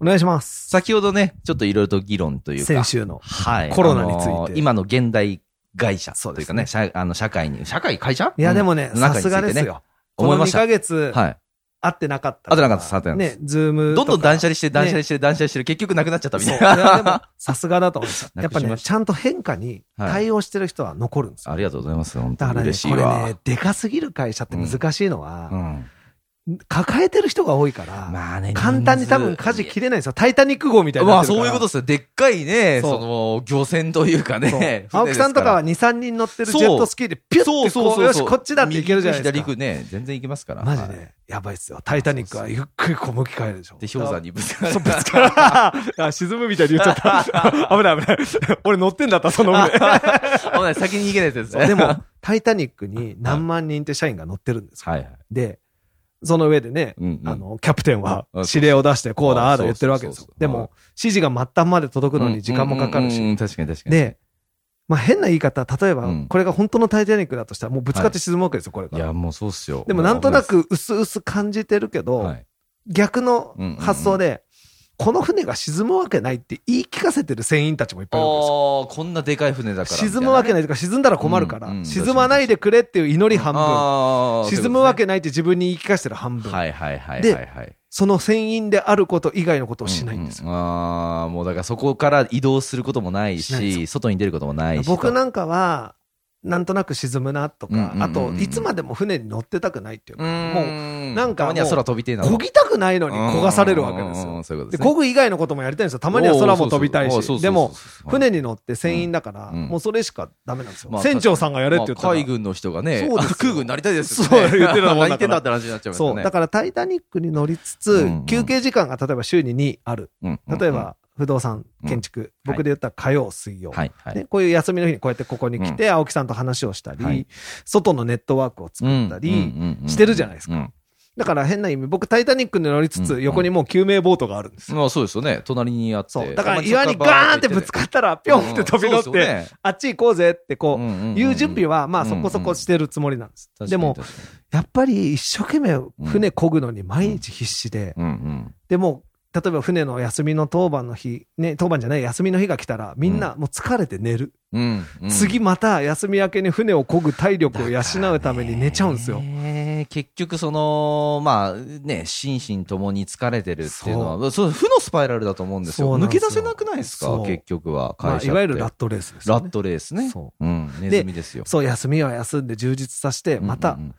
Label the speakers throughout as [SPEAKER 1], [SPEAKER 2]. [SPEAKER 1] お願いします。
[SPEAKER 2] 先ほどね、ちょっといろいろと議論というか。
[SPEAKER 1] 先週の。
[SPEAKER 2] はい。
[SPEAKER 1] コロナについて
[SPEAKER 2] あのー今の現代会社
[SPEAKER 1] そう
[SPEAKER 2] とい
[SPEAKER 1] で
[SPEAKER 2] うか
[SPEAKER 1] す
[SPEAKER 2] ね、
[SPEAKER 1] ね
[SPEAKER 2] 社あの社会に、社会会社
[SPEAKER 1] いや、で
[SPEAKER 2] も、
[SPEAKER 1] もね、
[SPEAKER 2] うん中に
[SPEAKER 1] さ
[SPEAKER 2] ついてね
[SPEAKER 1] すがですよ。
[SPEAKER 2] 思いまし
[SPEAKER 1] この2
[SPEAKER 2] た。
[SPEAKER 1] ヶ月、
[SPEAKER 2] はい。
[SPEAKER 1] 会ってなかった
[SPEAKER 2] 会っ
[SPEAKER 1] ら。
[SPEAKER 2] てなかったです会ってなかったで
[SPEAKER 1] ね
[SPEAKER 2] す、
[SPEAKER 1] ズー
[SPEAKER 2] ど
[SPEAKER 1] ムと
[SPEAKER 2] ん
[SPEAKER 1] か。
[SPEAKER 2] どん断捨離して、断捨離
[SPEAKER 1] し
[SPEAKER 2] して、断捨離してる、結局なくなっちゃったみたい
[SPEAKER 1] そう。いやでも
[SPEAKER 2] な。、
[SPEAKER 1] さすがだと思いま した。
[SPEAKER 2] な
[SPEAKER 1] やっ
[SPEAKER 2] く
[SPEAKER 1] ぱ
[SPEAKER 2] しま
[SPEAKER 1] ね、
[SPEAKER 2] した
[SPEAKER 1] ちゃんと変化に対応してる人は残るんです よ。
[SPEAKER 2] ありがとうございます。本当
[SPEAKER 1] だ
[SPEAKER 2] に
[SPEAKER 1] からね、
[SPEAKER 2] 嬉し
[SPEAKER 1] こ
[SPEAKER 2] い
[SPEAKER 1] れ
[SPEAKER 2] わ。
[SPEAKER 1] ね、でかすぎる会社って難しいの
[SPEAKER 2] う
[SPEAKER 1] は、
[SPEAKER 2] ん。
[SPEAKER 1] 抱えてる人が多いから、
[SPEAKER 2] まあね
[SPEAKER 1] 簡単に多分舵切れないんですよ。タイタニック号みたいに
[SPEAKER 2] ま
[SPEAKER 1] なっ
[SPEAKER 2] あ
[SPEAKER 1] てる
[SPEAKER 2] そ
[SPEAKER 1] から。
[SPEAKER 2] ういうことですよ。でっかいね、
[SPEAKER 1] そ
[SPEAKER 2] そうの、漁船というかね。 船です
[SPEAKER 1] そう青木さんとかは2、3人乗ってるジェットスキーでピュッ
[SPEAKER 2] そう
[SPEAKER 1] て
[SPEAKER 2] そう
[SPEAKER 1] こ、
[SPEAKER 2] そうう。
[SPEAKER 1] よし、こっちだっていけるじゃないです
[SPEAKER 2] 右行
[SPEAKER 1] か
[SPEAKER 2] く。左行くね、全然行けますから。
[SPEAKER 1] マジ
[SPEAKER 2] はい。
[SPEAKER 1] で、やばいっすよ。タイタニックはゆっくりこう向き変えるでしょ。
[SPEAKER 2] で、氷山にぶつかる。
[SPEAKER 1] そうぶつかるあ沈むみたいに言っちゃ った。危ない危ない。俺乗ってんだった、その上。
[SPEAKER 2] 危ない先に逃げないやつですね。
[SPEAKER 1] でも、タイタニックに何万人って社員が乗ってるんですよ。
[SPEAKER 2] はいはい。
[SPEAKER 1] で、その上でね、
[SPEAKER 2] うんうん
[SPEAKER 1] あの、キャプテンは
[SPEAKER 2] うん
[SPEAKER 1] 指令を出して、こうだ、ああだ言ってるわけです
[SPEAKER 2] そうそ
[SPEAKER 1] よ
[SPEAKER 2] うそう。
[SPEAKER 1] で
[SPEAKER 2] うん
[SPEAKER 1] も、指示が末端まで届くのに時間もかかる
[SPEAKER 2] うんうんう
[SPEAKER 1] し。
[SPEAKER 2] ん確かに確かに。
[SPEAKER 1] で、まあ変な言い方、例えば
[SPEAKER 2] うん、
[SPEAKER 1] これが本当のタイタニックだとしたら、もうぶつかって沈むわけですよ、これ
[SPEAKER 2] い
[SPEAKER 1] か
[SPEAKER 2] や、
[SPEAKER 1] ら。
[SPEAKER 2] もうそうっすよ。
[SPEAKER 1] でもなんとなく薄々感じてるけ
[SPEAKER 2] は
[SPEAKER 1] ど、
[SPEAKER 2] い、
[SPEAKER 1] 逆の発想で、この船が沈むわけないって言い聞かせてる船員たちもいっ
[SPEAKER 2] あ
[SPEAKER 1] ぱいいるわけですよ。
[SPEAKER 2] ーこんなでかい船だから。
[SPEAKER 1] 沈むわけ
[SPEAKER 2] い
[SPEAKER 1] ないとか、沈んだら困るから、
[SPEAKER 2] うんうん
[SPEAKER 1] 沈まないでくれっていう祈り
[SPEAKER 2] な
[SPEAKER 1] 半分、
[SPEAKER 2] あーそういうことね。
[SPEAKER 1] 沈むわけないって自分に言い聞かせてる半分、
[SPEAKER 2] はいはいはいはい
[SPEAKER 1] で
[SPEAKER 2] はい。
[SPEAKER 1] その船員であること以外のことをしないんですよ。
[SPEAKER 2] ううああ、もうだからそこから移動することもない
[SPEAKER 1] しないで
[SPEAKER 2] し、外に出ることもないし。
[SPEAKER 1] 僕なんかは、なんとなく沈むなとか、
[SPEAKER 2] うんうんうんうん
[SPEAKER 1] あと、いつまでも船に乗ってたくないっていう
[SPEAKER 2] う
[SPEAKER 1] か、
[SPEAKER 2] ん、
[SPEAKER 1] もう、なんか
[SPEAKER 2] たまには空飛びてえな。
[SPEAKER 1] 漕ぎたくないのに焦がされるわけで
[SPEAKER 2] うん
[SPEAKER 1] す
[SPEAKER 2] うんうん
[SPEAKER 1] よ。
[SPEAKER 2] そういうこと
[SPEAKER 1] で、
[SPEAKER 2] ですね。
[SPEAKER 1] 漕ぐ以外のこともやりたいんですよ。たまには空も飛びた
[SPEAKER 2] お
[SPEAKER 1] い
[SPEAKER 2] ーそうそうそう
[SPEAKER 1] し、でも、、船
[SPEAKER 2] に
[SPEAKER 1] に乗って船員だから、
[SPEAKER 2] うん
[SPEAKER 1] もうそれしかダメなんですよ。
[SPEAKER 2] まあ
[SPEAKER 1] 船長さんがやれって言ったら、
[SPEAKER 2] 海軍の人がね、
[SPEAKER 1] そうですよ
[SPEAKER 2] あ空軍になりたいですってね
[SPEAKER 1] そう言ってるのもん
[SPEAKER 2] 何
[SPEAKER 1] だから
[SPEAKER 2] 言ってんだって話になっちゃいます
[SPEAKER 1] そ
[SPEAKER 2] よ
[SPEAKER 1] う。
[SPEAKER 2] ね。
[SPEAKER 1] だから、タイタニックに乗りつつ、
[SPEAKER 2] うんうん
[SPEAKER 1] 休憩時間が例えば週に2ある。
[SPEAKER 2] うんうんうん
[SPEAKER 1] 例え、ば、不動産、建築、僕で言ったら火曜、水曜。
[SPEAKER 2] はいはい。
[SPEAKER 1] ね、こういう休みの日にこうやってここに来て、青木さんと話をしたり、
[SPEAKER 2] はい
[SPEAKER 1] 外のネットワークを作ったり、してるじゃないです
[SPEAKER 2] か。うん
[SPEAKER 1] だから変な意味、僕、タイタニックに乗りつ
[SPEAKER 2] うん
[SPEAKER 1] つ、横にもう救命ボートがあるんですよ。
[SPEAKER 2] まあそうですよね。隣にあって。
[SPEAKER 1] そう。だから、岩にガーンってぶつかったら、ぴょんって飛び乗って、あっち行こうぜって、こう、いう準備
[SPEAKER 2] は、
[SPEAKER 1] は、まあ、
[SPEAKER 2] うん
[SPEAKER 1] そこそこしてるつもりなんです。
[SPEAKER 2] 確かに
[SPEAKER 1] でも、、
[SPEAKER 2] 確か
[SPEAKER 1] やっぱり一生懸命船漕ぐのに毎日必死で、
[SPEAKER 2] にうんうん
[SPEAKER 1] でもう例えば船の休みの当番の日、ね、当番じゃない休みの日が来たら、みんなもう疲れて寝る。
[SPEAKER 2] うんうん
[SPEAKER 1] 次また休み明けに船を漕ぐ体力を養うために寝ちゃうんですよ。
[SPEAKER 2] ね結局、その、まあね、心身ともに疲れてるっていうのは、そう負のスパイラルだと思うんです
[SPEAKER 1] そ
[SPEAKER 2] よ。
[SPEAKER 1] うな
[SPEAKER 2] 抜
[SPEAKER 1] んで
[SPEAKER 2] け出
[SPEAKER 1] すよ
[SPEAKER 2] せなくないですか
[SPEAKER 1] そう
[SPEAKER 2] 結局は。会
[SPEAKER 1] まあ、
[SPEAKER 2] 社って
[SPEAKER 1] いわゆるラットレースですよ
[SPEAKER 2] ラ
[SPEAKER 1] ね。
[SPEAKER 2] ットレースね。
[SPEAKER 1] そ
[SPEAKER 2] うん。ネズミですよ
[SPEAKER 1] う。。そう、休みは休んで充実させて、ま
[SPEAKER 2] うん
[SPEAKER 1] た
[SPEAKER 2] うんうん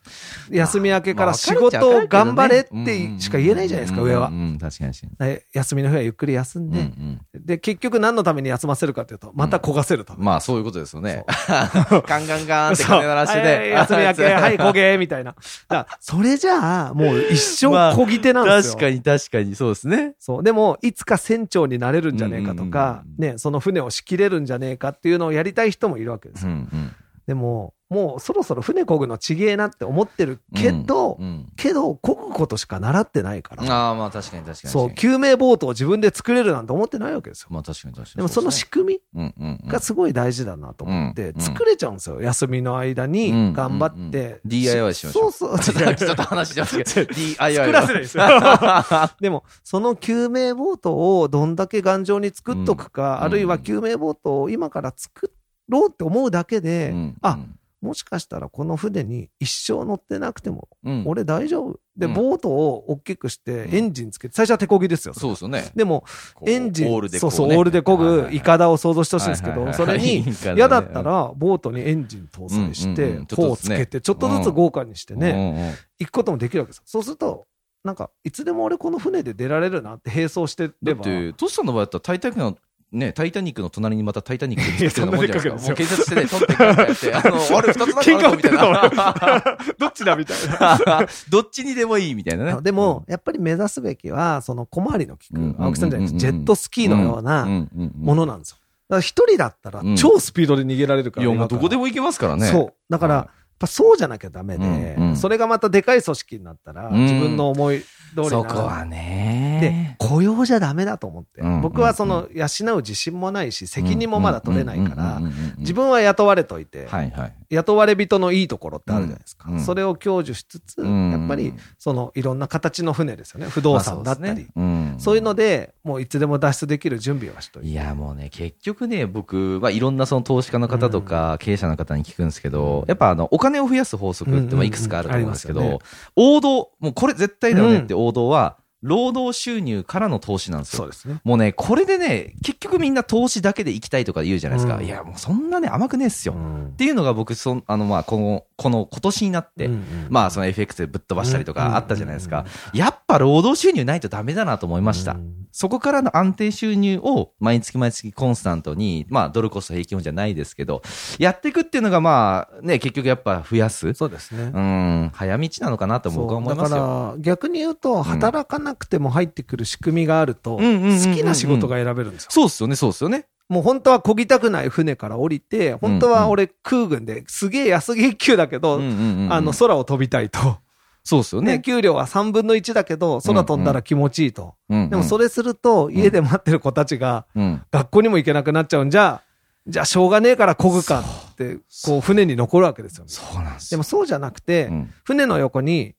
[SPEAKER 1] 休み明けか
[SPEAKER 2] まあ
[SPEAKER 1] ら仕事を頑張れってしか言えないじゃないですか、上は
[SPEAKER 2] う。んうん、確かに確かに。
[SPEAKER 1] で休みの日はゆっくり休ん
[SPEAKER 2] う
[SPEAKER 1] で、
[SPEAKER 2] んうん
[SPEAKER 1] で、結局何のために休ませるかというと、また焦がせるため。
[SPEAKER 2] まあそういうことですよね。 ガンガンガンって
[SPEAKER 1] そう
[SPEAKER 2] 金鳴らして
[SPEAKER 1] はい
[SPEAKER 2] ね。
[SPEAKER 1] 休み明け、はい、
[SPEAKER 2] こ
[SPEAKER 1] 焦げ、みたいな。だからそれじゃあ、もう一生こぎ手なんですよ。
[SPEAKER 2] 確かに確かにそうですね。
[SPEAKER 1] そう。でも、いつか船長になれるんじゃねえかとか
[SPEAKER 2] うんうん、
[SPEAKER 1] ね、その船を仕切れるんじゃねえかっていうのをやりたい人もいるわけです
[SPEAKER 2] う
[SPEAKER 1] よ。
[SPEAKER 2] んうん
[SPEAKER 1] でも、もうそろそろ船漕ぐのちげえなって思ってるけど、
[SPEAKER 2] うん
[SPEAKER 1] けど、漕ぐことしか習ってないから、
[SPEAKER 2] ああまあ確かに確かに。
[SPEAKER 1] そう、救命ボートを自分で作れるなんて思ってないわけですよ。
[SPEAKER 2] まあ確かに確かに。
[SPEAKER 1] でも、その仕組み
[SPEAKER 2] うんうんうん
[SPEAKER 1] がすごい大事だなと思っ
[SPEAKER 2] うん、
[SPEAKER 1] て
[SPEAKER 2] うん
[SPEAKER 1] 作れちゃうんですよ。休みの間に頑張って。
[SPEAKER 2] うんうんうん DIY しましょう
[SPEAKER 1] そうそ
[SPEAKER 2] ち
[SPEAKER 1] う。
[SPEAKER 2] ょっと ちょっと話しちゃうけど DIY は。
[SPEAKER 1] 作らせないですよ でも、その救命ボートをどんだけ頑丈に作っとくか、
[SPEAKER 2] うん
[SPEAKER 1] あるいは救命ボートを今から作ろうって思うだけで、
[SPEAKER 2] うん
[SPEAKER 1] あ、もしかしたらこの船に一生乗ってなくても、
[SPEAKER 2] うん
[SPEAKER 1] 俺大丈夫。で、
[SPEAKER 2] うん
[SPEAKER 1] ボートを大きくして、
[SPEAKER 2] うん
[SPEAKER 1] エンジンつけて、最初は手漕ぎですよ。
[SPEAKER 2] そうですよね。
[SPEAKER 1] でも、
[SPEAKER 2] こう
[SPEAKER 1] エンジン、
[SPEAKER 2] オールでこ
[SPEAKER 1] そうう
[SPEAKER 2] ね
[SPEAKER 1] そう、オールで漕
[SPEAKER 2] はいはいは
[SPEAKER 1] ぐ
[SPEAKER 2] い
[SPEAKER 1] イカダを想像してほしいんですけど、そ れに、嫌だった、ら、ボートにエンジン搭載
[SPEAKER 2] うん
[SPEAKER 1] し
[SPEAKER 2] うんう
[SPEAKER 1] て
[SPEAKER 2] ん、
[SPEAKER 1] 帆をつけて、ちょっとずつ豪華にしてね、
[SPEAKER 2] ね。
[SPEAKER 1] 行くこともできるわけですよそうすると、なんか、いつでも俺この船で出られるなって並走して
[SPEAKER 2] だ
[SPEAKER 1] れ
[SPEAKER 2] っ
[SPEAKER 1] ば。
[SPEAKER 2] て、トシさんの場合だったら、タイタニックの、ね、タイタニックの隣にまたタイタニック
[SPEAKER 1] い
[SPEAKER 2] で
[SPEAKER 1] や
[SPEAKER 2] 作ってるのもんじゃないですか。もうん
[SPEAKER 1] そな
[SPEAKER 2] 警察してね、トンってやって、あ の、あれ二つなんかあるぞみたいな。
[SPEAKER 1] どっちだみたい
[SPEAKER 2] どっちにでもいいみたいなね。
[SPEAKER 1] でも、やっぱり目指すべきは、その小回りの利
[SPEAKER 2] うん
[SPEAKER 1] く、青木さんじゃなくて、ジェットスキーのよう
[SPEAKER 2] う
[SPEAKER 1] なん
[SPEAKER 2] うんうん
[SPEAKER 1] ものなんですよ。から一人だったら
[SPEAKER 2] うん
[SPEAKER 1] 超スピードで逃げられるから。
[SPEAKER 2] いや、もう
[SPEAKER 1] 今か
[SPEAKER 2] ど
[SPEAKER 1] ら
[SPEAKER 2] こでも行けますからね。
[SPEAKER 1] そう。だから、
[SPEAKER 2] はい
[SPEAKER 1] やっぱそうじゃなきゃダメで、
[SPEAKER 2] うんうん
[SPEAKER 1] それがまたでかい組織になったら、
[SPEAKER 2] うん
[SPEAKER 1] 自分の思い通りな
[SPEAKER 2] そこは
[SPEAKER 1] で
[SPEAKER 2] ね。、
[SPEAKER 1] 雇用じゃダメだと思って。
[SPEAKER 2] うん
[SPEAKER 1] 僕はその、養う自信もないし、責任もまだ取れないから
[SPEAKER 2] うん、うんうんうんうんうん、
[SPEAKER 1] 自分は雇われといて、
[SPEAKER 2] はいはい。
[SPEAKER 1] 雇われ人のいいところってあるじゃないですか。
[SPEAKER 2] うんうん
[SPEAKER 1] それを享受しつつ、
[SPEAKER 2] うん
[SPEAKER 1] やっぱり、その、いろんな形の船ですよね。不動産だっ
[SPEAKER 2] まあそ
[SPEAKER 1] たり。
[SPEAKER 2] うですねうん
[SPEAKER 1] そういうので、もういつでも脱出できる準備はしといて。
[SPEAKER 2] いやもうね、結局ね、僕、まあ、いろんなその投資家の方とか、経営者の方に聞くんですけど、やっぱあの、お金を増やす法則
[SPEAKER 1] う
[SPEAKER 2] っ
[SPEAKER 1] んうん
[SPEAKER 2] て、
[SPEAKER 1] うん
[SPEAKER 2] まあ、いくつかあると思うんですけ
[SPEAKER 1] ありま
[SPEAKER 2] ど、王道、もうこれ絶対だよねって
[SPEAKER 1] う
[SPEAKER 2] 王道は、労働収入からの投資なんです
[SPEAKER 1] そう
[SPEAKER 2] よ。
[SPEAKER 1] ですね。
[SPEAKER 2] もうね、これでね、結局みんな投資だけで行きたいとか言うじゃないですか。
[SPEAKER 1] うん
[SPEAKER 2] いや、もうそんなね、甘くねえっすよ。っ
[SPEAKER 1] ん
[SPEAKER 2] ていうのが僕、そんあの、まあ、この、この今年になって、
[SPEAKER 1] うんうん
[SPEAKER 2] まあ、その FX でぶっ飛ばしたりと
[SPEAKER 1] うん
[SPEAKER 2] かあったじゃないです
[SPEAKER 1] うん
[SPEAKER 2] か。やっぱ労働収入ないとダメだなと思いました。
[SPEAKER 1] うん
[SPEAKER 2] そこからの安定収入を毎月毎月コンスタントに、まあ、ドルコスト平均法じゃないですけど、やっていくっていうのが、まあ、ね、結局やっぱ増やす、う
[SPEAKER 1] そうですね。
[SPEAKER 2] ん、早道なのかなと僕は
[SPEAKER 1] そう
[SPEAKER 2] 思い
[SPEAKER 1] だ
[SPEAKER 2] ま
[SPEAKER 1] か
[SPEAKER 2] すよ。
[SPEAKER 1] ら逆に言うと働かなくても入ってくる仕組みがあると
[SPEAKER 2] うんうんうんうんうん
[SPEAKER 1] 好きな仕事が選べるんですよ。
[SPEAKER 2] そうっすよね、そうっすよね。
[SPEAKER 1] もう本当は漕ぎたくない船から降りて本当は俺空軍ですげえ安月給だけど、
[SPEAKER 2] うんうんうんうん
[SPEAKER 1] あの空を飛びたいと、
[SPEAKER 2] そうっすよ
[SPEAKER 1] ね
[SPEAKER 2] ね。
[SPEAKER 1] 給料は3分の1だけど空飛んだら気持ちいいと、
[SPEAKER 2] で
[SPEAKER 1] でもそ
[SPEAKER 2] れ、
[SPEAKER 1] れすると家で待ってる子たちが
[SPEAKER 2] うん、
[SPEAKER 1] 学校にも行けなくなっちゃうんじゃじゃあしょうがねえから漕ぐかってこう船に残るわけですよね。
[SPEAKER 2] そうなんですよ。
[SPEAKER 1] でもそうじゃなくて、
[SPEAKER 2] うん
[SPEAKER 1] 船の横に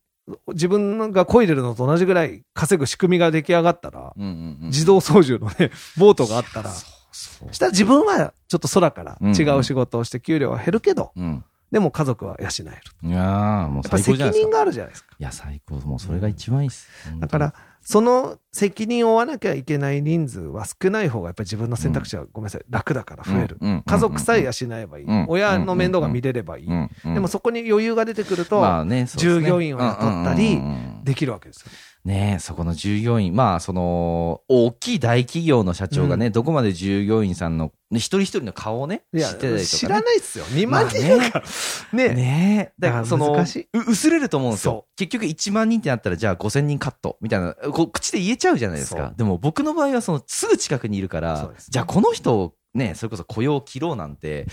[SPEAKER 1] 自分が漕いでるのと同じぐらい稼ぐ仕組みが出来上がったら、
[SPEAKER 2] うんうんうん
[SPEAKER 1] 自動操縦のね、ボートがあったら、
[SPEAKER 2] いや
[SPEAKER 1] し
[SPEAKER 2] そうそう
[SPEAKER 1] たら自分はちょっと空から
[SPEAKER 2] うんうん
[SPEAKER 1] 違う仕事をして給料は減るけど、
[SPEAKER 2] うん。
[SPEAKER 1] でも家族は養える。
[SPEAKER 2] いやーもう
[SPEAKER 1] やっぱ
[SPEAKER 2] 最高
[SPEAKER 1] 責
[SPEAKER 2] じゃないです
[SPEAKER 1] 任
[SPEAKER 2] か。
[SPEAKER 1] があるじゃないですか。
[SPEAKER 2] いや、最高。もうそれが一番いいっす。
[SPEAKER 1] だから、その責任を負わなきゃいけない人数は少ない方がやっぱり自分の選択肢はごめんなさい、楽だから
[SPEAKER 2] う
[SPEAKER 1] 増
[SPEAKER 2] ん、
[SPEAKER 1] える。
[SPEAKER 2] うん
[SPEAKER 1] 家族さえ養えばいい
[SPEAKER 2] うん。
[SPEAKER 1] 親の面倒が見れればいい。
[SPEAKER 2] うんうん
[SPEAKER 1] でもそこに余裕が出てくると、
[SPEAKER 2] まあねそうですね
[SPEAKER 1] 従業員を雇ったり
[SPEAKER 2] うんうんうんうん
[SPEAKER 1] できるわけですよ。
[SPEAKER 2] ねえ、そこの従業員、まあ、その、大きい大企業の社長がね、どこまで従業員さんの、ね一人一人の顔をね、
[SPEAKER 1] い
[SPEAKER 2] 知
[SPEAKER 1] や
[SPEAKER 2] ってたりとか、ね。
[SPEAKER 1] 知らないっすよ。2
[SPEAKER 2] まあ
[SPEAKER 1] 万
[SPEAKER 2] ね
[SPEAKER 1] 人いるから。ね
[SPEAKER 2] ねねえ。だか
[SPEAKER 1] あ
[SPEAKER 2] ら、
[SPEAKER 1] ー
[SPEAKER 2] その、
[SPEAKER 1] 難しいう
[SPEAKER 2] 薄れると思うんですよ
[SPEAKER 1] そ。
[SPEAKER 2] 結局1万人ってなったら、じゃあ5000人カット、みたいな、こう口で言えちゃうじゃないです
[SPEAKER 1] そ
[SPEAKER 2] か
[SPEAKER 1] う。
[SPEAKER 2] でも僕の場合は、その、すぐ近くにいるから、
[SPEAKER 1] そうですね
[SPEAKER 2] じゃあこの人を、ね、それこそ雇用を切ろうなんて、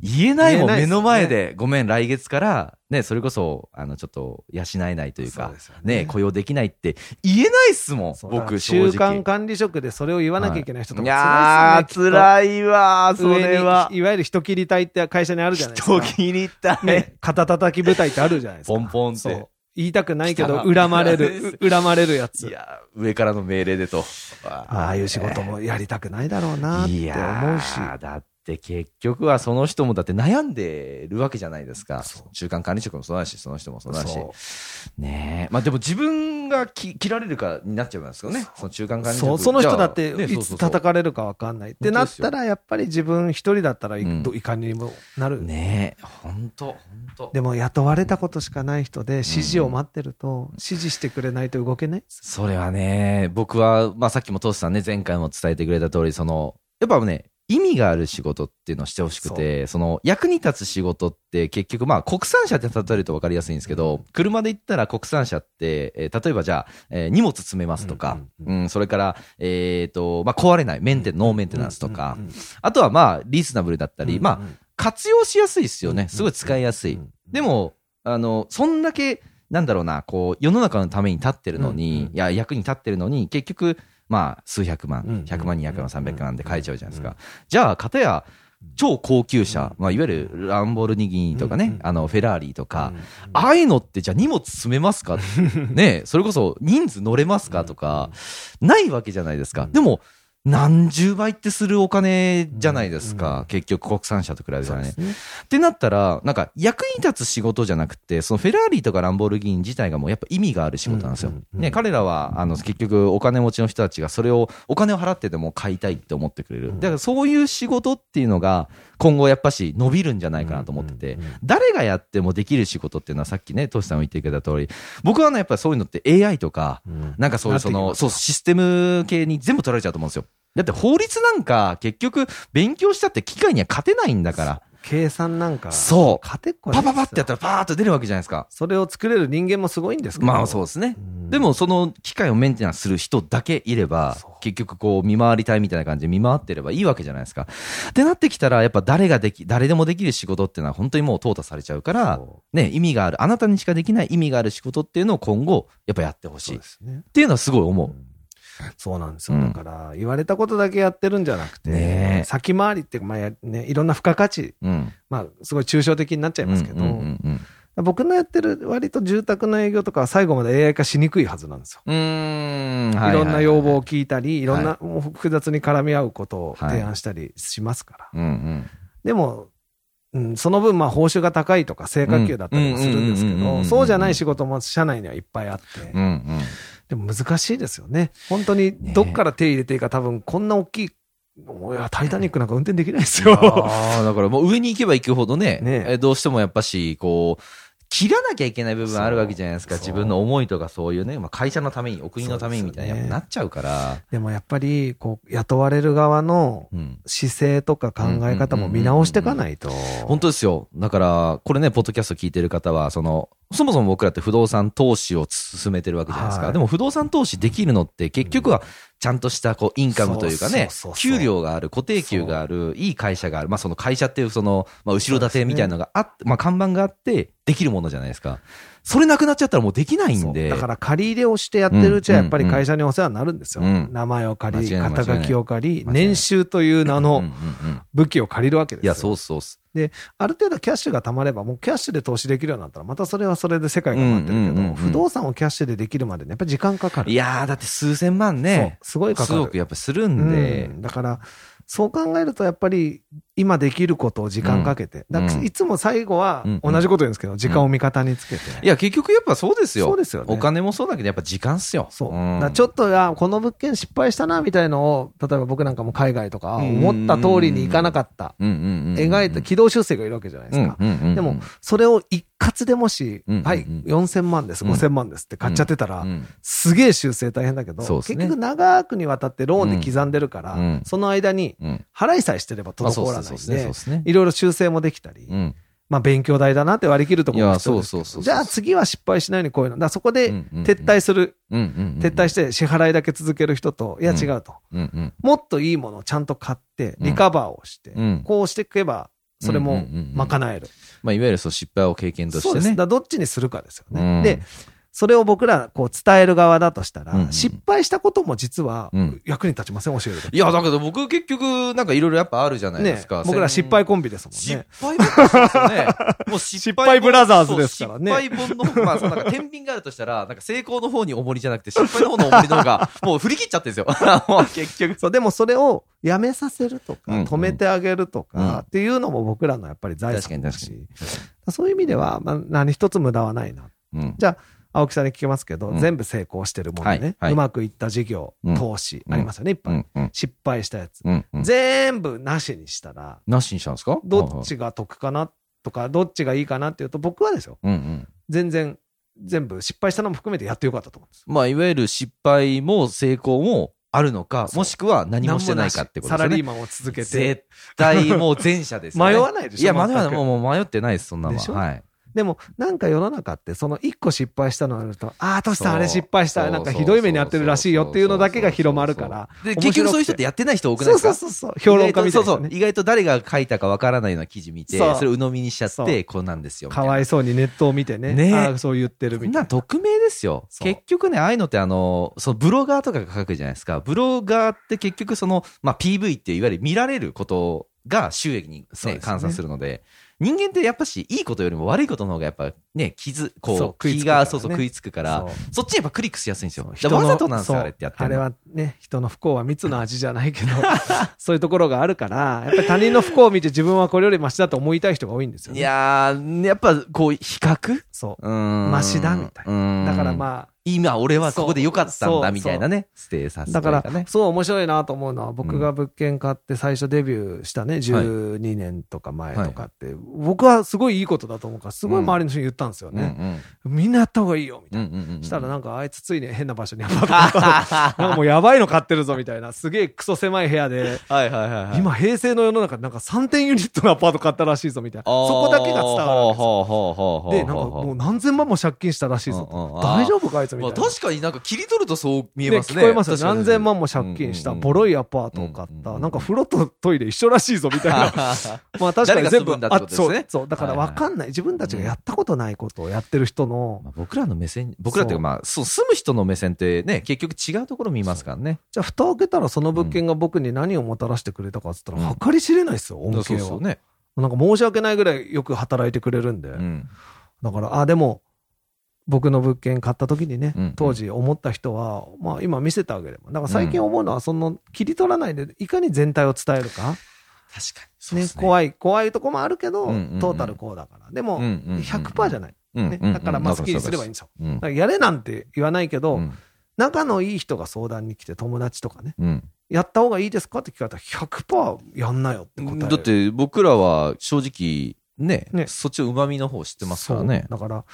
[SPEAKER 2] 言えないもん、目
[SPEAKER 1] 言えないですよね
[SPEAKER 2] の前で、ごめん、来月から、ね、それこそ、あの、ちょっと、養えないという
[SPEAKER 1] そ
[SPEAKER 2] か
[SPEAKER 1] うですよ、ね
[SPEAKER 2] ね、雇用できないって、言えないっすもん
[SPEAKER 1] そ、うだから
[SPEAKER 2] 僕、正直。
[SPEAKER 1] 中間管理職でそれを言わなきゃいけない人とか
[SPEAKER 2] いやー、
[SPEAKER 1] 辛
[SPEAKER 2] 辛いわー、 そ
[SPEAKER 1] いですよねきっと
[SPEAKER 2] れは
[SPEAKER 1] 上に。いわゆる人切り隊って会社にあるじゃないですか。
[SPEAKER 2] 人切りたい。
[SPEAKER 1] ね、肩叩き部隊ってあるじゃないですか。
[SPEAKER 2] ポンポンって
[SPEAKER 1] そう言いたくないけ
[SPEAKER 2] 来
[SPEAKER 1] ど、
[SPEAKER 2] たな
[SPEAKER 1] 恨ま れる、う恨まれるや
[SPEAKER 2] い
[SPEAKER 1] つ。
[SPEAKER 2] やー、上からの命令でと。
[SPEAKER 1] ああいう仕事もやりたくないだろうなって
[SPEAKER 2] い
[SPEAKER 1] 思うし。
[SPEAKER 2] やー、だって結局はその人もだって悩んでるわけじゃないですか
[SPEAKER 1] そう。
[SPEAKER 2] 中間管理職もそうだし、その人もそうだし。
[SPEAKER 1] そ
[SPEAKER 2] ねえ。まあでも自分がき切られるかになっちゃいますけどね。その中間管理職
[SPEAKER 1] そうその人だって
[SPEAKER 2] じゃあね
[SPEAKER 1] い
[SPEAKER 2] そうそ
[SPEAKER 1] つ
[SPEAKER 2] うそう
[SPEAKER 1] 叩かれるかわかんないってなったらやっぱり自分一人だったらい,、
[SPEAKER 2] うん
[SPEAKER 1] いかにもなる、
[SPEAKER 2] ねえ、ほんと、ほんと。
[SPEAKER 1] でも雇われたことしかない人で指示を待ってると指示してくれないと動けないです
[SPEAKER 2] それはね、僕は、まあ、さっきもトシさんね、前回も伝えてくれた通り、その、やっぱね、意味がある仕事っていうのをしてほしくて、その、役に立つ仕事って結局、まあ、国産車って例えると分かりやすいんですけど、車で言ったら国産車って、えー例えばじゃあ、えー荷物詰めますとか、
[SPEAKER 1] う
[SPEAKER 2] うんん
[SPEAKER 1] う
[SPEAKER 2] それから、えっ、と、まあ、壊れない、メンテ、ノーメンテナンスとか、
[SPEAKER 1] うんうんうん
[SPEAKER 2] あとはまあ、リーズナブルだったり、まあ、
[SPEAKER 1] うんうん
[SPEAKER 2] 活用しやすいですよ
[SPEAKER 1] う
[SPEAKER 2] ね
[SPEAKER 1] ん。
[SPEAKER 2] すごい使いやす
[SPEAKER 1] う
[SPEAKER 2] い
[SPEAKER 1] んうん。
[SPEAKER 2] でも、あの、そんだけ、なんだろうな、こう、世の中のために立ってるの
[SPEAKER 1] うん
[SPEAKER 2] に、
[SPEAKER 1] うん
[SPEAKER 2] いや、役に立ってるのに、結局、まあ、数百
[SPEAKER 1] うん
[SPEAKER 2] 万、100
[SPEAKER 1] う
[SPEAKER 2] 万、
[SPEAKER 1] ん
[SPEAKER 2] 200万、300万で買えちゃうじゃないです
[SPEAKER 1] うん
[SPEAKER 2] か。じゃあ、かたや、超高級車、
[SPEAKER 1] うん
[SPEAKER 2] まあ、いわゆるランボルニギーニとか
[SPEAKER 1] うんう
[SPEAKER 2] ね
[SPEAKER 1] ん、
[SPEAKER 2] あの、フェラーリとか
[SPEAKER 1] うん、
[SPEAKER 2] ああいうのって、じゃあ荷物詰め ますかねえそれこそ人数乗れますかとか、ないわけじゃないですか。でも、何十倍ってするお金じゃないです
[SPEAKER 1] うんう
[SPEAKER 2] か
[SPEAKER 1] ん。
[SPEAKER 2] 結局、国産車と比べた
[SPEAKER 1] そう
[SPEAKER 2] ら
[SPEAKER 1] で
[SPEAKER 2] ね
[SPEAKER 1] す。ね
[SPEAKER 2] ってなったら、なんか役に立つ仕事じゃなくて、そのフェラーリとかランボルギーニ自体がもうやっぱ意味がある仕事なんですよ。
[SPEAKER 1] うんうんうん
[SPEAKER 2] ね、彼らは、あの、結局お金持ちの人たちがそれを、お金を払ってでも買いたいって思ってくれる。だからそういう仕事っていうのが、今後やっぱし伸びるんじゃないかなと思ってて、
[SPEAKER 1] うんうんうん
[SPEAKER 2] 誰がやってもできる仕事っていうのはさっきね、トシさんも言ってくれた通り、僕はね、やっぱりそういうのって AI とか、
[SPEAKER 1] うん
[SPEAKER 2] なんかそういうそ
[SPEAKER 1] なってきま
[SPEAKER 2] の、
[SPEAKER 1] す
[SPEAKER 2] そう、システム系に全部取られちゃうと思うんですよ。だって法律なんか結局勉強したって機械には勝てないんだから。
[SPEAKER 1] 計算なんか、
[SPEAKER 2] そう
[SPEAKER 1] 勝てっこない
[SPEAKER 2] パ
[SPEAKER 1] ですよ
[SPEAKER 2] パパってやったらパーッと出るわけじゃないですか。
[SPEAKER 1] それを作れる人間もすごいんですけど。
[SPEAKER 2] まあそうですね
[SPEAKER 1] う。ん
[SPEAKER 2] でもその機械をメンテナンスする人だけいれば
[SPEAKER 1] そう、
[SPEAKER 2] 結局こう見回りたいみたいな感じで見回ってればいいわけじゃないですか。ってなってきたら、やっぱ誰ができ、誰でもできる仕事っていうのは本当にもう淘汰されちゃうから、
[SPEAKER 1] そ
[SPEAKER 2] ね、意味がある、あなたにしかできない意味がある仕事っていうのを今後、やっぱやってほ
[SPEAKER 1] う
[SPEAKER 2] し
[SPEAKER 1] そ
[SPEAKER 2] いうっ
[SPEAKER 1] ですね。
[SPEAKER 2] ていうのはすごい思う。
[SPEAKER 1] そうなんですよ。
[SPEAKER 2] うん
[SPEAKER 1] だから、言われたことだけやってるんじゃなくて、
[SPEAKER 2] ねえ
[SPEAKER 1] 先回りっていうか、まあやね、いろんな付加価値、
[SPEAKER 2] うん。
[SPEAKER 1] まあ、すごい抽象的になっちゃいますけど、
[SPEAKER 2] うんうんうん
[SPEAKER 1] 僕のやってる割と住宅の営業とかは最後まで AI 化しにくいはずなんですよ。
[SPEAKER 2] うん。うーん。はい
[SPEAKER 1] ろんな要望を
[SPEAKER 2] い
[SPEAKER 1] 聞いたり、いろんなもう複雑に絡み合うことを提案したりしますから。
[SPEAKER 2] はいはいうん
[SPEAKER 1] でも、うん、その分、まあ、報酬が高いとか、正確給だったりもするんですけ
[SPEAKER 2] うんうんうんうんうんうんう
[SPEAKER 1] ど、
[SPEAKER 2] ん
[SPEAKER 1] そうじゃない仕事も社内にはいっぱいあって
[SPEAKER 2] うん。う、んうん。
[SPEAKER 1] でも難しいですよね。本当に、どっから手入れていいか、多分、こんな大きい、いや、タイタニックなんか運転できないですよ。
[SPEAKER 2] ああ、だからもう上に行けば行くほどね、
[SPEAKER 1] ね
[SPEAKER 2] えどうしてもやっぱし、こう、切らなきゃいけない部分あるわけじゃないですか。
[SPEAKER 1] そう
[SPEAKER 2] 自分の思いとかそういうね、まあ、会社のために、お国のためにみたいな、や
[SPEAKER 1] そうで
[SPEAKER 2] っ
[SPEAKER 1] すよね
[SPEAKER 2] ぱなっちゃうから。
[SPEAKER 1] でもやっぱり、こう、雇われる側の
[SPEAKER 2] うん。
[SPEAKER 1] 姿勢とか考え方も見直していかないと。
[SPEAKER 2] 本当ですよ。だから、これね、ポッドキャスト聞いてる方は、その、そもそも僕らって不動産投資を進めてるわけじゃないですか。
[SPEAKER 1] はい
[SPEAKER 2] でも不動産投資できるのって結局は、ちゃんとしたこうインカムというかね
[SPEAKER 1] そうそうそう、そう
[SPEAKER 2] 給料がある、固定給がある、いい会社がある、まあその会社っていうその、まあ後ろ盾みたいなのがあって、まあ看板があって、できるものじゃないですか。それなくなっちゃったらもうできないん
[SPEAKER 1] そう
[SPEAKER 2] で。
[SPEAKER 1] だから借り入れをしてやってるうちはやっぱり会社にお世話になるんですよ。
[SPEAKER 2] うん
[SPEAKER 1] 名前を借り、
[SPEAKER 2] 間違いない
[SPEAKER 1] 肩書きを借り、
[SPEAKER 2] 間違いない
[SPEAKER 1] 年収という
[SPEAKER 2] うん
[SPEAKER 1] 名
[SPEAKER 2] うん
[SPEAKER 1] の
[SPEAKER 2] うん
[SPEAKER 1] 武器を借りるわけです
[SPEAKER 2] い
[SPEAKER 1] よ。
[SPEAKER 2] や、そうそうっす。
[SPEAKER 1] ある程度キャッシュが貯まれば、もうキャッシュで投資できるようになったら、またそれはそれで世界が変わってるけ
[SPEAKER 2] うんうんうんう
[SPEAKER 1] ど、
[SPEAKER 2] ん
[SPEAKER 1] 不動産をキャッシュでできるまでね、やっぱり時間かかる。
[SPEAKER 2] いやー、だって数千万ね、
[SPEAKER 1] そうすごいか
[SPEAKER 2] す
[SPEAKER 1] かる
[SPEAKER 2] ごく。やっぱするんで。
[SPEAKER 1] うんだから、そう考えると、やっぱり今できることを時間かけて、だから
[SPEAKER 2] うん
[SPEAKER 1] いつも最後は
[SPEAKER 2] うん
[SPEAKER 1] 同じこと言うんですけど、時間を味方につけて。
[SPEAKER 2] いや、結局やっぱそうですよ。
[SPEAKER 1] そうですよね
[SPEAKER 2] お金もそうだけど、やっぱ時間っすよ。
[SPEAKER 1] そう。
[SPEAKER 2] ん
[SPEAKER 1] だからちょっと、あこの物件失敗したな、みたいのを、例えば僕なんかも海外とか、あ
[SPEAKER 2] うんうんうん
[SPEAKER 1] 思った通りにいかなかった。
[SPEAKER 2] うんうんうんうん、
[SPEAKER 1] 描いた軌道修正がいるわけじゃないですか。
[SPEAKER 2] うんうんうんうん
[SPEAKER 1] でも、それを一括でもし、
[SPEAKER 2] うんうんうん
[SPEAKER 1] はい、4000万です、
[SPEAKER 2] うん
[SPEAKER 1] 5000万ですって買っちゃってたら、
[SPEAKER 2] うん
[SPEAKER 1] すげえ修正大変だけど、
[SPEAKER 2] そうです
[SPEAKER 1] 結
[SPEAKER 2] ね
[SPEAKER 1] 局長くにわたってローンで刻んでるから、
[SPEAKER 2] うん
[SPEAKER 1] その間に
[SPEAKER 2] うん。
[SPEAKER 1] 払いさえしてれば
[SPEAKER 2] まあ
[SPEAKER 1] 滞らない
[SPEAKER 2] そ
[SPEAKER 1] ん
[SPEAKER 2] うですね。そう
[SPEAKER 1] で
[SPEAKER 2] で、すね。
[SPEAKER 1] いろいろ修正もできたり、
[SPEAKER 2] うん。
[SPEAKER 1] まあ勉強代だなって割り切るところも必要ですけ
[SPEAKER 2] い
[SPEAKER 1] ど
[SPEAKER 2] やそうそうそうそう
[SPEAKER 1] じゃあ次は失敗しないようにこういうの。だからそこで
[SPEAKER 2] うんうんうん
[SPEAKER 1] 撤退する、
[SPEAKER 2] うんうんうん。
[SPEAKER 1] 撤退して支払いだけ続ける人と、いや
[SPEAKER 2] うん
[SPEAKER 1] 違うと。
[SPEAKER 2] うんうん。
[SPEAKER 1] もっといいものをちゃんと買って、
[SPEAKER 2] うん
[SPEAKER 1] リカバーをして、
[SPEAKER 2] うん
[SPEAKER 1] こうしていけば、それ
[SPEAKER 2] うん
[SPEAKER 1] も
[SPEAKER 2] うんうんうん
[SPEAKER 1] 賄える。
[SPEAKER 2] まあ、いわゆるそう失敗を経験とし
[SPEAKER 1] そう
[SPEAKER 2] て
[SPEAKER 1] です。だ
[SPEAKER 2] ね
[SPEAKER 1] か。らどっちにするかですよね。
[SPEAKER 2] うん
[SPEAKER 1] で、それを僕らこう伝える側だとしたら、
[SPEAKER 2] うんうん
[SPEAKER 1] 失敗したことも実は
[SPEAKER 2] うん
[SPEAKER 1] 役に立ちません、教えると。
[SPEAKER 2] いや、だけど僕結局、なんかいろいろやっぱあるじゃないで
[SPEAKER 1] ね
[SPEAKER 2] すか。、
[SPEAKER 1] 僕ら失敗コンビですもん
[SPEAKER 2] 失
[SPEAKER 1] ね。
[SPEAKER 2] 敗ばっかりしてますよ ね。もう失
[SPEAKER 1] 失敗ブラザーズですからね
[SPEAKER 2] そう失敗本の、まあ、そのなんか天秤があるとしたら、なんか成功の方に重りじゃなくて、失敗の方の重りの方が、 もう振り切っちゃってるんですよ。もう結局。
[SPEAKER 1] そう、でもそれをやめさせるとか、
[SPEAKER 2] うんうん
[SPEAKER 1] 止めてあげると
[SPEAKER 2] うん
[SPEAKER 1] か、っていうのも僕らのやっぱり財産だ
[SPEAKER 2] 確か
[SPEAKER 1] し、そういう意味では、まあ、何一つ無駄はないな。
[SPEAKER 2] うん。
[SPEAKER 1] じゃあ、青木さんに聞きますけど、
[SPEAKER 2] うん
[SPEAKER 1] 全部成功してるものね、
[SPEAKER 2] はいはいう
[SPEAKER 1] まくいった事業、
[SPEAKER 2] うん
[SPEAKER 1] 投資、ありますよね、いっぱい。
[SPEAKER 2] うんうん。
[SPEAKER 1] 失敗したやつ。
[SPEAKER 2] うんうん。
[SPEAKER 1] 全部なしにしたら、
[SPEAKER 2] なしにしたんですか
[SPEAKER 1] どっちが得かなとか、どっちがいいかなっていうと、僕はですよ、
[SPEAKER 2] うんうん。
[SPEAKER 1] 全然、全部失敗したのも含めてやってよかったと思うんです。
[SPEAKER 2] まあ、いわゆる失敗も成功もあるのか、もしくは何もしてないかってこと
[SPEAKER 1] 何
[SPEAKER 2] です
[SPEAKER 1] もなしサラ
[SPEAKER 2] ね。
[SPEAKER 1] リーマンを続けて。
[SPEAKER 2] 絶対もう前者ですよね。
[SPEAKER 1] 迷わないでしょ
[SPEAKER 2] いや、迷わない。
[SPEAKER 1] 全く
[SPEAKER 2] もうもう迷ってないです、そんなのは。
[SPEAKER 1] でしょ
[SPEAKER 2] はい。
[SPEAKER 1] でも、なんか世の中って、その一個失敗したのあると、ああ、トシさ
[SPEAKER 2] そ
[SPEAKER 1] ん
[SPEAKER 2] う
[SPEAKER 1] あれ失敗した、
[SPEAKER 2] そう
[SPEAKER 1] なんかひどい目に遭ってるらしいよっていうのだけが広まるから。
[SPEAKER 2] で、
[SPEAKER 1] 面白く
[SPEAKER 2] 結
[SPEAKER 1] て
[SPEAKER 2] 局そういう人ってやってない人多くない
[SPEAKER 1] そ
[SPEAKER 2] で
[SPEAKER 1] う
[SPEAKER 2] す
[SPEAKER 1] そ
[SPEAKER 2] か
[SPEAKER 1] うそうそう、評論家みたい
[SPEAKER 2] 意外と
[SPEAKER 1] な、
[SPEAKER 2] そうそう
[SPEAKER 1] ね。
[SPEAKER 2] 意外と誰が書いたかわからないような記事見て、
[SPEAKER 1] そう
[SPEAKER 2] それを鵜呑みにしちゃっ
[SPEAKER 1] そう
[SPEAKER 2] て、こうなんですよ。みた
[SPEAKER 1] か
[SPEAKER 2] いな
[SPEAKER 1] わいそうにネットを見てね、
[SPEAKER 2] ね
[SPEAKER 1] ああ、そう言ってる
[SPEAKER 2] み
[SPEAKER 1] み
[SPEAKER 2] ん
[SPEAKER 1] た
[SPEAKER 2] な
[SPEAKER 1] いな。
[SPEAKER 2] 匿名ですよ。
[SPEAKER 1] そう
[SPEAKER 2] 結局ね、ああいうのってあの、そのブロガーとかが書くじゃないですか。ブロガーって結局その、まあ、PV っていわゆる見られることが収益に、ね
[SPEAKER 1] そうですね
[SPEAKER 2] 換算するので、人間ってやっぱし、いいことよりも悪いことの方がやっぱね、傷、
[SPEAKER 1] そう
[SPEAKER 2] こう、
[SPEAKER 1] 食い
[SPEAKER 2] 気
[SPEAKER 1] つくか
[SPEAKER 2] が、
[SPEAKER 1] ら
[SPEAKER 2] そ
[SPEAKER 1] ね
[SPEAKER 2] うそう食いつくから、
[SPEAKER 1] そう
[SPEAKER 2] そっちにやっぱクリックしやすいんですよ。だ
[SPEAKER 1] 人
[SPEAKER 2] から
[SPEAKER 1] の
[SPEAKER 2] わざとなんです
[SPEAKER 1] そ
[SPEAKER 2] よ、
[SPEAKER 1] う
[SPEAKER 2] あれってやって
[SPEAKER 1] あ
[SPEAKER 2] る
[SPEAKER 1] れ
[SPEAKER 2] の
[SPEAKER 1] はね、人の不幸は蜜の味じゃないけ ど、そういうところがあるから、やっぱり他人の不幸を見て自分はこれよりマシだと思いたい人が多いんですよ
[SPEAKER 2] い
[SPEAKER 1] ね。
[SPEAKER 2] やー、やっぱこう、比較
[SPEAKER 1] そう。
[SPEAKER 2] うーん。
[SPEAKER 1] マシだみたい
[SPEAKER 2] な
[SPEAKER 1] なだからまあ、
[SPEAKER 2] 今俺はここで良かったん
[SPEAKER 1] そうそ
[SPEAKER 2] だ
[SPEAKER 1] う
[SPEAKER 2] みたいなね、ステータスと
[SPEAKER 1] だか
[SPEAKER 2] いう
[SPEAKER 1] ら
[SPEAKER 2] かね。
[SPEAKER 1] そう面白いなと思うのは僕が物件買って最初デビューしたね12年とか前とかって僕はすごいいいことだと思うからすごい周りの人に言ったんですよね、みんなやった方がいいよみたいな、したら
[SPEAKER 2] な
[SPEAKER 1] なんかあいつついに変な場所にアパート買 ったなんかもうやばいの買ってるぞみたいなすげえクソ狭い部屋で
[SPEAKER 2] はいはいはいはい。
[SPEAKER 1] 今平成の世の中でなんか3点ユニットのアパート買ったらしいぞみたい
[SPEAKER 2] あ
[SPEAKER 1] な
[SPEAKER 2] ー、
[SPEAKER 1] そこだけが伝わるわけですよ
[SPEAKER 2] ほうほうほうほうほうほう
[SPEAKER 1] でなんかもう何千万も借金したらしいぞ
[SPEAKER 2] うんうんうん
[SPEAKER 1] 大丈夫かあいつみ
[SPEAKER 2] ま
[SPEAKER 1] た
[SPEAKER 2] あ
[SPEAKER 1] いな
[SPEAKER 2] 確かになんか切り取るとそう見え
[SPEAKER 1] ね
[SPEAKER 2] ますね。
[SPEAKER 1] 聞こ えますよ
[SPEAKER 2] 確かに
[SPEAKER 1] 何千万も借金したボロいアパートを買
[SPEAKER 2] うん
[SPEAKER 1] っ
[SPEAKER 2] うんう
[SPEAKER 1] た
[SPEAKER 2] ん
[SPEAKER 1] なんか風呂とトイレ一緒らしいぞみたい なまあ確かに全
[SPEAKER 2] 誰が住
[SPEAKER 1] 部
[SPEAKER 2] むんだって
[SPEAKER 1] あ
[SPEAKER 2] ことです
[SPEAKER 1] そ
[SPEAKER 2] ね
[SPEAKER 1] うそうだから分かんない自分たちがやったことないことをやってる人の
[SPEAKER 2] まあ僕らの目線、僕らっていう
[SPEAKER 1] そう
[SPEAKER 2] かまあ、そう、住む人の目線ってね、結局違うところ見ますからね。
[SPEAKER 1] じゃあ蓋を開けたらその物件が僕に何をもたらしてくれたかっつった
[SPEAKER 2] うん
[SPEAKER 1] ら計り知れないですよ恩
[SPEAKER 2] そう
[SPEAKER 1] 恵
[SPEAKER 2] そ
[SPEAKER 1] は
[SPEAKER 2] うね。
[SPEAKER 1] なんか申し訳ないぐらいよく働いてくれるんで
[SPEAKER 2] うん。
[SPEAKER 1] だからあでも僕の物件買った時にね、
[SPEAKER 2] うんうん
[SPEAKER 1] 当時思った人は、まあ、今見せてあげればだから最近思うのはその切り取らないでいかに全体を伝えるか、
[SPEAKER 2] 確かに。
[SPEAKER 1] ね怖い怖いとこもあるけど、
[SPEAKER 2] うんうんうん
[SPEAKER 1] トータルこうだからで
[SPEAKER 2] い
[SPEAKER 1] も、100%じゃ
[SPEAKER 2] な
[SPEAKER 1] ない、
[SPEAKER 2] い
[SPEAKER 1] ねだからまあ好きにすればいいん
[SPEAKER 2] い。
[SPEAKER 1] ですよ
[SPEAKER 2] うん
[SPEAKER 1] だからやれなんて言わないけど、
[SPEAKER 2] うん
[SPEAKER 1] 仲のいい人が相談に来て友達とかね
[SPEAKER 2] うん。
[SPEAKER 1] やった方がいいですかって聞かれたら100%やんなよって答える
[SPEAKER 2] だって僕らは正直ね
[SPEAKER 1] ね
[SPEAKER 2] そっちのうまみの方知ってますからね
[SPEAKER 1] そう、だから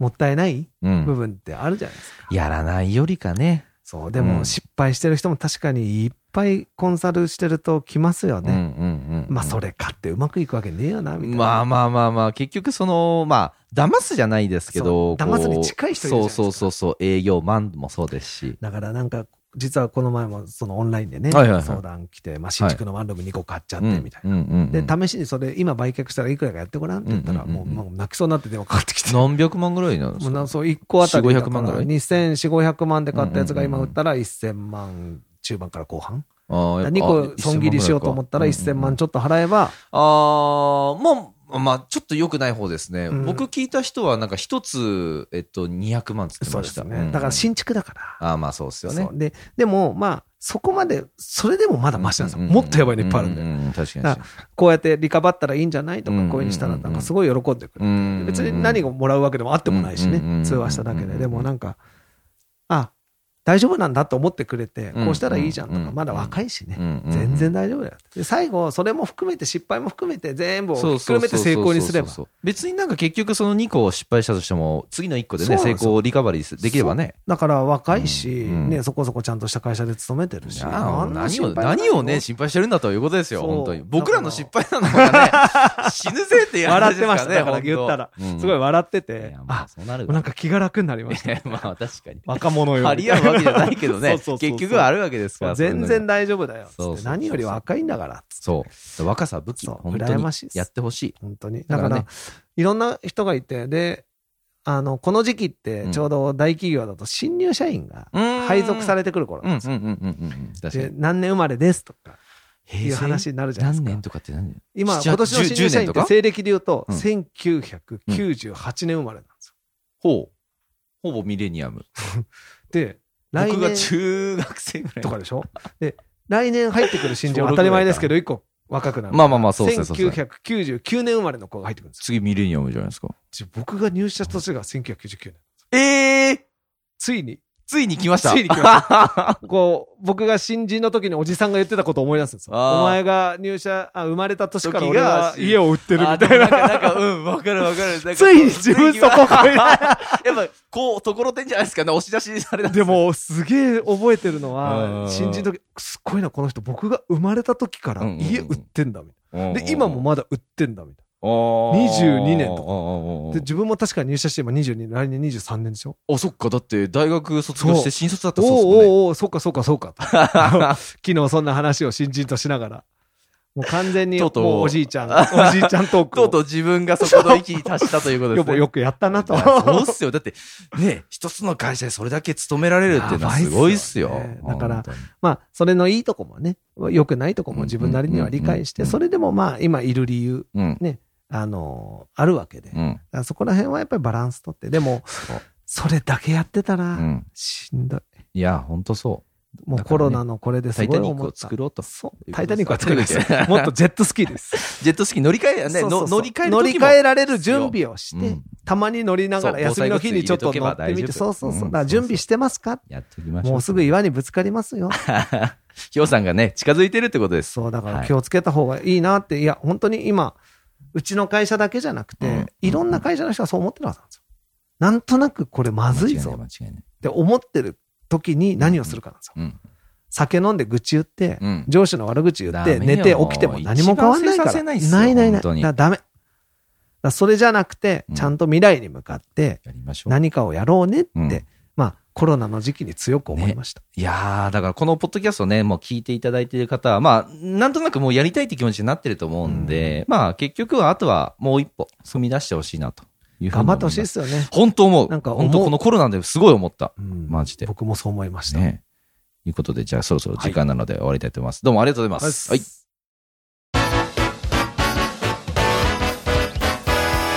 [SPEAKER 1] もったいないう部
[SPEAKER 2] ん、
[SPEAKER 1] 分ってあるじゃないですか、
[SPEAKER 2] やらないよりかね
[SPEAKER 1] そう、で
[SPEAKER 2] うん
[SPEAKER 1] も失敗してる人も確かにいっぱいコンサルしてると来ますよ
[SPEAKER 2] うん
[SPEAKER 1] ね。
[SPEAKER 2] うんうん、
[SPEAKER 1] まあそれかってうまくいくわけねえよな、みたいな。
[SPEAKER 2] まあまあまあまあ結局そのまあ騙すじゃないですけど
[SPEAKER 1] そう
[SPEAKER 2] こう
[SPEAKER 1] 騙すに近い人いるじゃないですか
[SPEAKER 2] そうそうそうそう営業マンもそうですし
[SPEAKER 1] だからなんか、実はこの前もそのオンラインでね、
[SPEAKER 2] はいはいはい
[SPEAKER 1] 相談来て、まあ新築のワンルーム2個買っちゃって、みたいな。
[SPEAKER 2] うんうんうんうん
[SPEAKER 1] で、試しにそれ今売却したらいくらかやってごらんって言ったら、
[SPEAKER 2] うんうんうん
[SPEAKER 1] もうもう泣きそうになって電話かかってきて。も
[SPEAKER 2] 何百万ぐらいなんです
[SPEAKER 1] う
[SPEAKER 2] か
[SPEAKER 1] なそう1個あたりだから
[SPEAKER 2] 400万ぐらい
[SPEAKER 1] 2400、500万で買ったやつが
[SPEAKER 2] うんうん
[SPEAKER 1] 今
[SPEAKER 2] うん
[SPEAKER 1] 売ったら1000万中盤から後半。
[SPEAKER 2] あーやっぱ
[SPEAKER 1] 2個損切りしようと思ったら1000万ちょっと払えば、
[SPEAKER 2] あー、まあ、まあ、ちょっと良くない方ですね。
[SPEAKER 1] うん
[SPEAKER 2] 僕聞いた人は、なんか一つ、えっと、200万って言って
[SPEAKER 1] そ
[SPEAKER 2] ま
[SPEAKER 1] うで
[SPEAKER 2] した。
[SPEAKER 1] すね。だから
[SPEAKER 2] し
[SPEAKER 1] 新築だから。
[SPEAKER 2] あーまあそうですよね
[SPEAKER 1] そ。うででもまあそこまでそれでもまだマシなんですよ、もっとやばいのいっぱいあるんで、
[SPEAKER 2] で。確か
[SPEAKER 1] だからこうやってリカバったらいいんじゃないと
[SPEAKER 2] うん
[SPEAKER 1] か、
[SPEAKER 2] うんうん
[SPEAKER 1] こういうふうにしたらなんかすごい喜んでくれる、
[SPEAKER 2] に。
[SPEAKER 1] 別に何
[SPEAKER 2] が
[SPEAKER 1] をもらうわけでもあってもないしね、
[SPEAKER 2] うんうんうん
[SPEAKER 1] 通話しただけ
[SPEAKER 2] うんうん
[SPEAKER 1] で、
[SPEAKER 2] うん
[SPEAKER 1] でもなんかあ大丈夫なんだと思ってくれて、
[SPEAKER 2] うん
[SPEAKER 1] こうしたらいいじゃんと
[SPEAKER 2] うん
[SPEAKER 1] かまだ若いしね、全
[SPEAKER 2] 全
[SPEAKER 1] 然大丈夫だよで最後それも含めて失敗も含めて全部をひっくるめて成功にすれば
[SPEAKER 2] そうそうそうそう別になんか結局その2個失敗したとしても次の1個で
[SPEAKER 1] そ
[SPEAKER 2] ね
[SPEAKER 1] うなん
[SPEAKER 2] 成
[SPEAKER 1] ですよ
[SPEAKER 2] 功リカバリーできればね
[SPEAKER 1] だから若いし、
[SPEAKER 2] うんうん
[SPEAKER 1] ね、そこそこちゃんとした会社で勤めてるし
[SPEAKER 2] いやー
[SPEAKER 1] あんな
[SPEAKER 2] 何
[SPEAKER 1] 心
[SPEAKER 2] を
[SPEAKER 1] 配ないよ
[SPEAKER 2] 何をね心配してるんだということですよ
[SPEAKER 1] そう
[SPEAKER 2] 本当に
[SPEAKER 1] だから
[SPEAKER 2] 僕らの失敗なのかね死ぬぜってや
[SPEAKER 1] 笑
[SPEAKER 2] つ
[SPEAKER 1] っ
[SPEAKER 2] ですか
[SPEAKER 1] てま
[SPEAKER 2] ら
[SPEAKER 1] した
[SPEAKER 2] ね
[SPEAKER 1] ね、だから言ったら、すごい
[SPEAKER 2] い
[SPEAKER 1] 笑って
[SPEAKER 2] や
[SPEAKER 1] て、
[SPEAKER 2] まあ
[SPEAKER 1] あ
[SPEAKER 2] そうなるわ
[SPEAKER 1] なんか気が楽になりまし
[SPEAKER 2] い
[SPEAKER 1] た。
[SPEAKER 2] やまあ確かに
[SPEAKER 1] 若者よ
[SPEAKER 2] 張り合うわけじゃないけどね
[SPEAKER 1] そうそうそう そう
[SPEAKER 2] 結局はあるわけですからそういうの
[SPEAKER 1] 全
[SPEAKER 2] が
[SPEAKER 1] 然大丈夫だよ。
[SPEAKER 2] そうそう
[SPEAKER 1] つって
[SPEAKER 2] そう
[SPEAKER 1] 何より若いんだから。つって
[SPEAKER 2] そう若さは武器
[SPEAKER 1] そう
[SPEAKER 2] 本当
[SPEAKER 1] 羨
[SPEAKER 2] に
[SPEAKER 1] ましいです
[SPEAKER 2] やってほしい
[SPEAKER 1] 本当に。
[SPEAKER 2] だ
[SPEAKER 1] だ
[SPEAKER 2] か
[SPEAKER 1] からら、
[SPEAKER 2] ね
[SPEAKER 1] いろんな人がいて、で、あの、この時期ってちょうど大企業だと新入社員が配属さ
[SPEAKER 2] れ
[SPEAKER 1] れてくる頃
[SPEAKER 2] う
[SPEAKER 1] なん
[SPEAKER 2] うん
[SPEAKER 1] です
[SPEAKER 2] うん
[SPEAKER 1] よ。
[SPEAKER 2] うんうんうん確か
[SPEAKER 1] で
[SPEAKER 2] に
[SPEAKER 1] 何年生まれですとかい
[SPEAKER 2] 平
[SPEAKER 1] う
[SPEAKER 2] 成
[SPEAKER 1] 話になるじゃないです
[SPEAKER 2] 何
[SPEAKER 1] か。
[SPEAKER 2] 年とかって何
[SPEAKER 1] 今、
[SPEAKER 2] 7
[SPEAKER 1] 今年の新入社員
[SPEAKER 2] 10年と
[SPEAKER 1] っ
[SPEAKER 2] か
[SPEAKER 1] て西暦で言うと、
[SPEAKER 2] うん
[SPEAKER 1] 1998年生まれなんですよ。
[SPEAKER 2] ほうほぼミレニアム
[SPEAKER 1] で、来
[SPEAKER 2] 僕
[SPEAKER 1] 年。
[SPEAKER 2] が中学生ぐらい
[SPEAKER 1] とかでしょで、来年入ってくる新人は当たり前です けど、一個若くなる。
[SPEAKER 2] まあまあまあそうですねそうですね
[SPEAKER 1] 1999年生まれの子が入ってくるんですよ
[SPEAKER 2] 次ミレニアムじゃないですか
[SPEAKER 1] ちょ。僕が入社した年が1999年。
[SPEAKER 2] ええ
[SPEAKER 1] ついに、
[SPEAKER 2] ついに来ました
[SPEAKER 1] ついに来ま
[SPEAKER 2] した
[SPEAKER 1] こう、僕が新人の時におじさんが言ってたことを思い出すんですよ。
[SPEAKER 2] あー
[SPEAKER 1] お前が入社、あ、生まれた年から俺
[SPEAKER 2] 時が
[SPEAKER 1] は家を売ってるみ
[SPEAKER 2] あ
[SPEAKER 1] た
[SPEAKER 2] でもな
[SPEAKER 1] い
[SPEAKER 2] んかなん
[SPEAKER 1] な。
[SPEAKER 2] かうんわかるわかるなんか
[SPEAKER 1] ついに自分そこ 超えた
[SPEAKER 2] やっぱこうところてんじゃないですかね押し出しされたん
[SPEAKER 1] でも、すげえ覚えてるの
[SPEAKER 2] うん
[SPEAKER 1] は、新人の時、すごいな、この人、僕が生まれた時から家売ってんだ、みたいな。で、今もまだ売ってんだ、みたいな。
[SPEAKER 2] 22
[SPEAKER 1] 22年とかで自分も確か入社して今22年来年23年でしょ
[SPEAKER 2] あそっかだって大学卒業して新卒だった
[SPEAKER 1] お
[SPEAKER 2] ら
[SPEAKER 1] う
[SPEAKER 2] そうです
[SPEAKER 1] お
[SPEAKER 2] もんね
[SPEAKER 1] うおうそうかそうかそ うかと昨日そんな話を新人としながらもう完全に
[SPEAKER 2] とうとう
[SPEAKER 1] もうおじいちゃんおじいちゃんトーク
[SPEAKER 2] とう
[SPEAKER 1] を
[SPEAKER 2] とう自分がそこの域に達したということで
[SPEAKER 1] よ
[SPEAKER 2] すね
[SPEAKER 1] くよくやった なと
[SPEAKER 2] いやそうっすよ。だって、ね、一つの会社でそれだけ勤められるっていうのはすごいっすよ。
[SPEAKER 1] やばいっすよねだから
[SPEAKER 2] 本当に、
[SPEAKER 1] まあそれのいいとこもね良くないとこも自分なりには理解して
[SPEAKER 2] うんうんうんうん
[SPEAKER 1] それでもまあ今いる理由
[SPEAKER 2] うん。
[SPEAKER 1] あのあるわけで
[SPEAKER 2] う
[SPEAKER 1] だか
[SPEAKER 2] ん。
[SPEAKER 1] らそこら辺はやっぱりバランスとってでも
[SPEAKER 2] そう
[SPEAKER 1] それだけやってた
[SPEAKER 2] う
[SPEAKER 1] ら
[SPEAKER 2] ん。
[SPEAKER 1] しんどい
[SPEAKER 2] いや、ほんとそ
[SPEAKER 1] もうコロナのこれです
[SPEAKER 2] タイ
[SPEAKER 1] ごい
[SPEAKER 2] タニッ
[SPEAKER 1] 思
[SPEAKER 2] クを
[SPEAKER 1] った
[SPEAKER 2] 作。ろうと。
[SPEAKER 1] そうタイタニックは作る んですよ。もっとジェットスキーです。
[SPEAKER 2] ジェットスキー乗り換え、ね、
[SPEAKER 1] そうそう
[SPEAKER 2] の
[SPEAKER 1] そう
[SPEAKER 2] 乗り換える
[SPEAKER 1] 乗
[SPEAKER 2] 時
[SPEAKER 1] り
[SPEAKER 2] も
[SPEAKER 1] 換えられる準備をして、
[SPEAKER 2] うん
[SPEAKER 1] たまに乗りながら
[SPEAKER 2] そう
[SPEAKER 1] 休みの日にちょっと乗ってみて、
[SPEAKER 2] 防災グッズ
[SPEAKER 1] そうそうそう。
[SPEAKER 2] 入れとけば大丈夫
[SPEAKER 1] だから準備してますか
[SPEAKER 2] やっておきましょう。
[SPEAKER 1] もうすぐ岩にぶつかりま すよ。
[SPEAKER 2] ひょうさんがね、近づいてるってことです。
[SPEAKER 1] そう、だから
[SPEAKER 2] はい
[SPEAKER 1] 気をつけた方がいいなって、いや、本当に今、うちの会社だけじゃなくて、
[SPEAKER 2] うん
[SPEAKER 1] いろんな会社の人がそう思ってるはずなんですよ。なんとなくこれまずいぞ
[SPEAKER 2] 間
[SPEAKER 1] っ
[SPEAKER 2] 違いない。間違いない
[SPEAKER 1] て思ってる時に何をするかなんですよ。
[SPEAKER 2] うん。
[SPEAKER 1] 酒飲んで愚痴言って、
[SPEAKER 2] うん
[SPEAKER 1] 上司の悪口言っ
[SPEAKER 2] ダ
[SPEAKER 1] て、
[SPEAKER 2] メよ
[SPEAKER 1] 寝て起きても何も変わんないか
[SPEAKER 2] 一番生産性
[SPEAKER 1] ら。
[SPEAKER 2] ないっすよ
[SPEAKER 1] ないないな
[SPEAKER 2] 本
[SPEAKER 1] い。だ
[SPEAKER 2] 当
[SPEAKER 1] か
[SPEAKER 2] に
[SPEAKER 1] らダメ。だからそれじゃなくて
[SPEAKER 2] う、ん
[SPEAKER 1] ちゃんと未来に向かって
[SPEAKER 2] やりましょう。
[SPEAKER 1] 何かをやろうねって、
[SPEAKER 2] うん
[SPEAKER 1] まあコロナの時期に強く思いました。
[SPEAKER 2] いやー、だからこのポッドキャストね、もう聞いていただいている方は、まあ、なんとなくもうやりたいって気持ちになってると思うんで、まあ、結局はあとはもう一歩踏み出してほしいなというふうに
[SPEAKER 1] 頑張ってほしい
[SPEAKER 2] 思
[SPEAKER 1] で
[SPEAKER 2] ます。
[SPEAKER 1] すよね。
[SPEAKER 2] 本当思う。
[SPEAKER 1] なんか思う
[SPEAKER 2] 本当このコロナですごい思った。
[SPEAKER 1] うん
[SPEAKER 2] マジで
[SPEAKER 1] 僕もそう思いました。
[SPEAKER 2] ね。ということで、じゃあそろそろ時間なので終わりたいと思います。どうもありがとうございます。はい。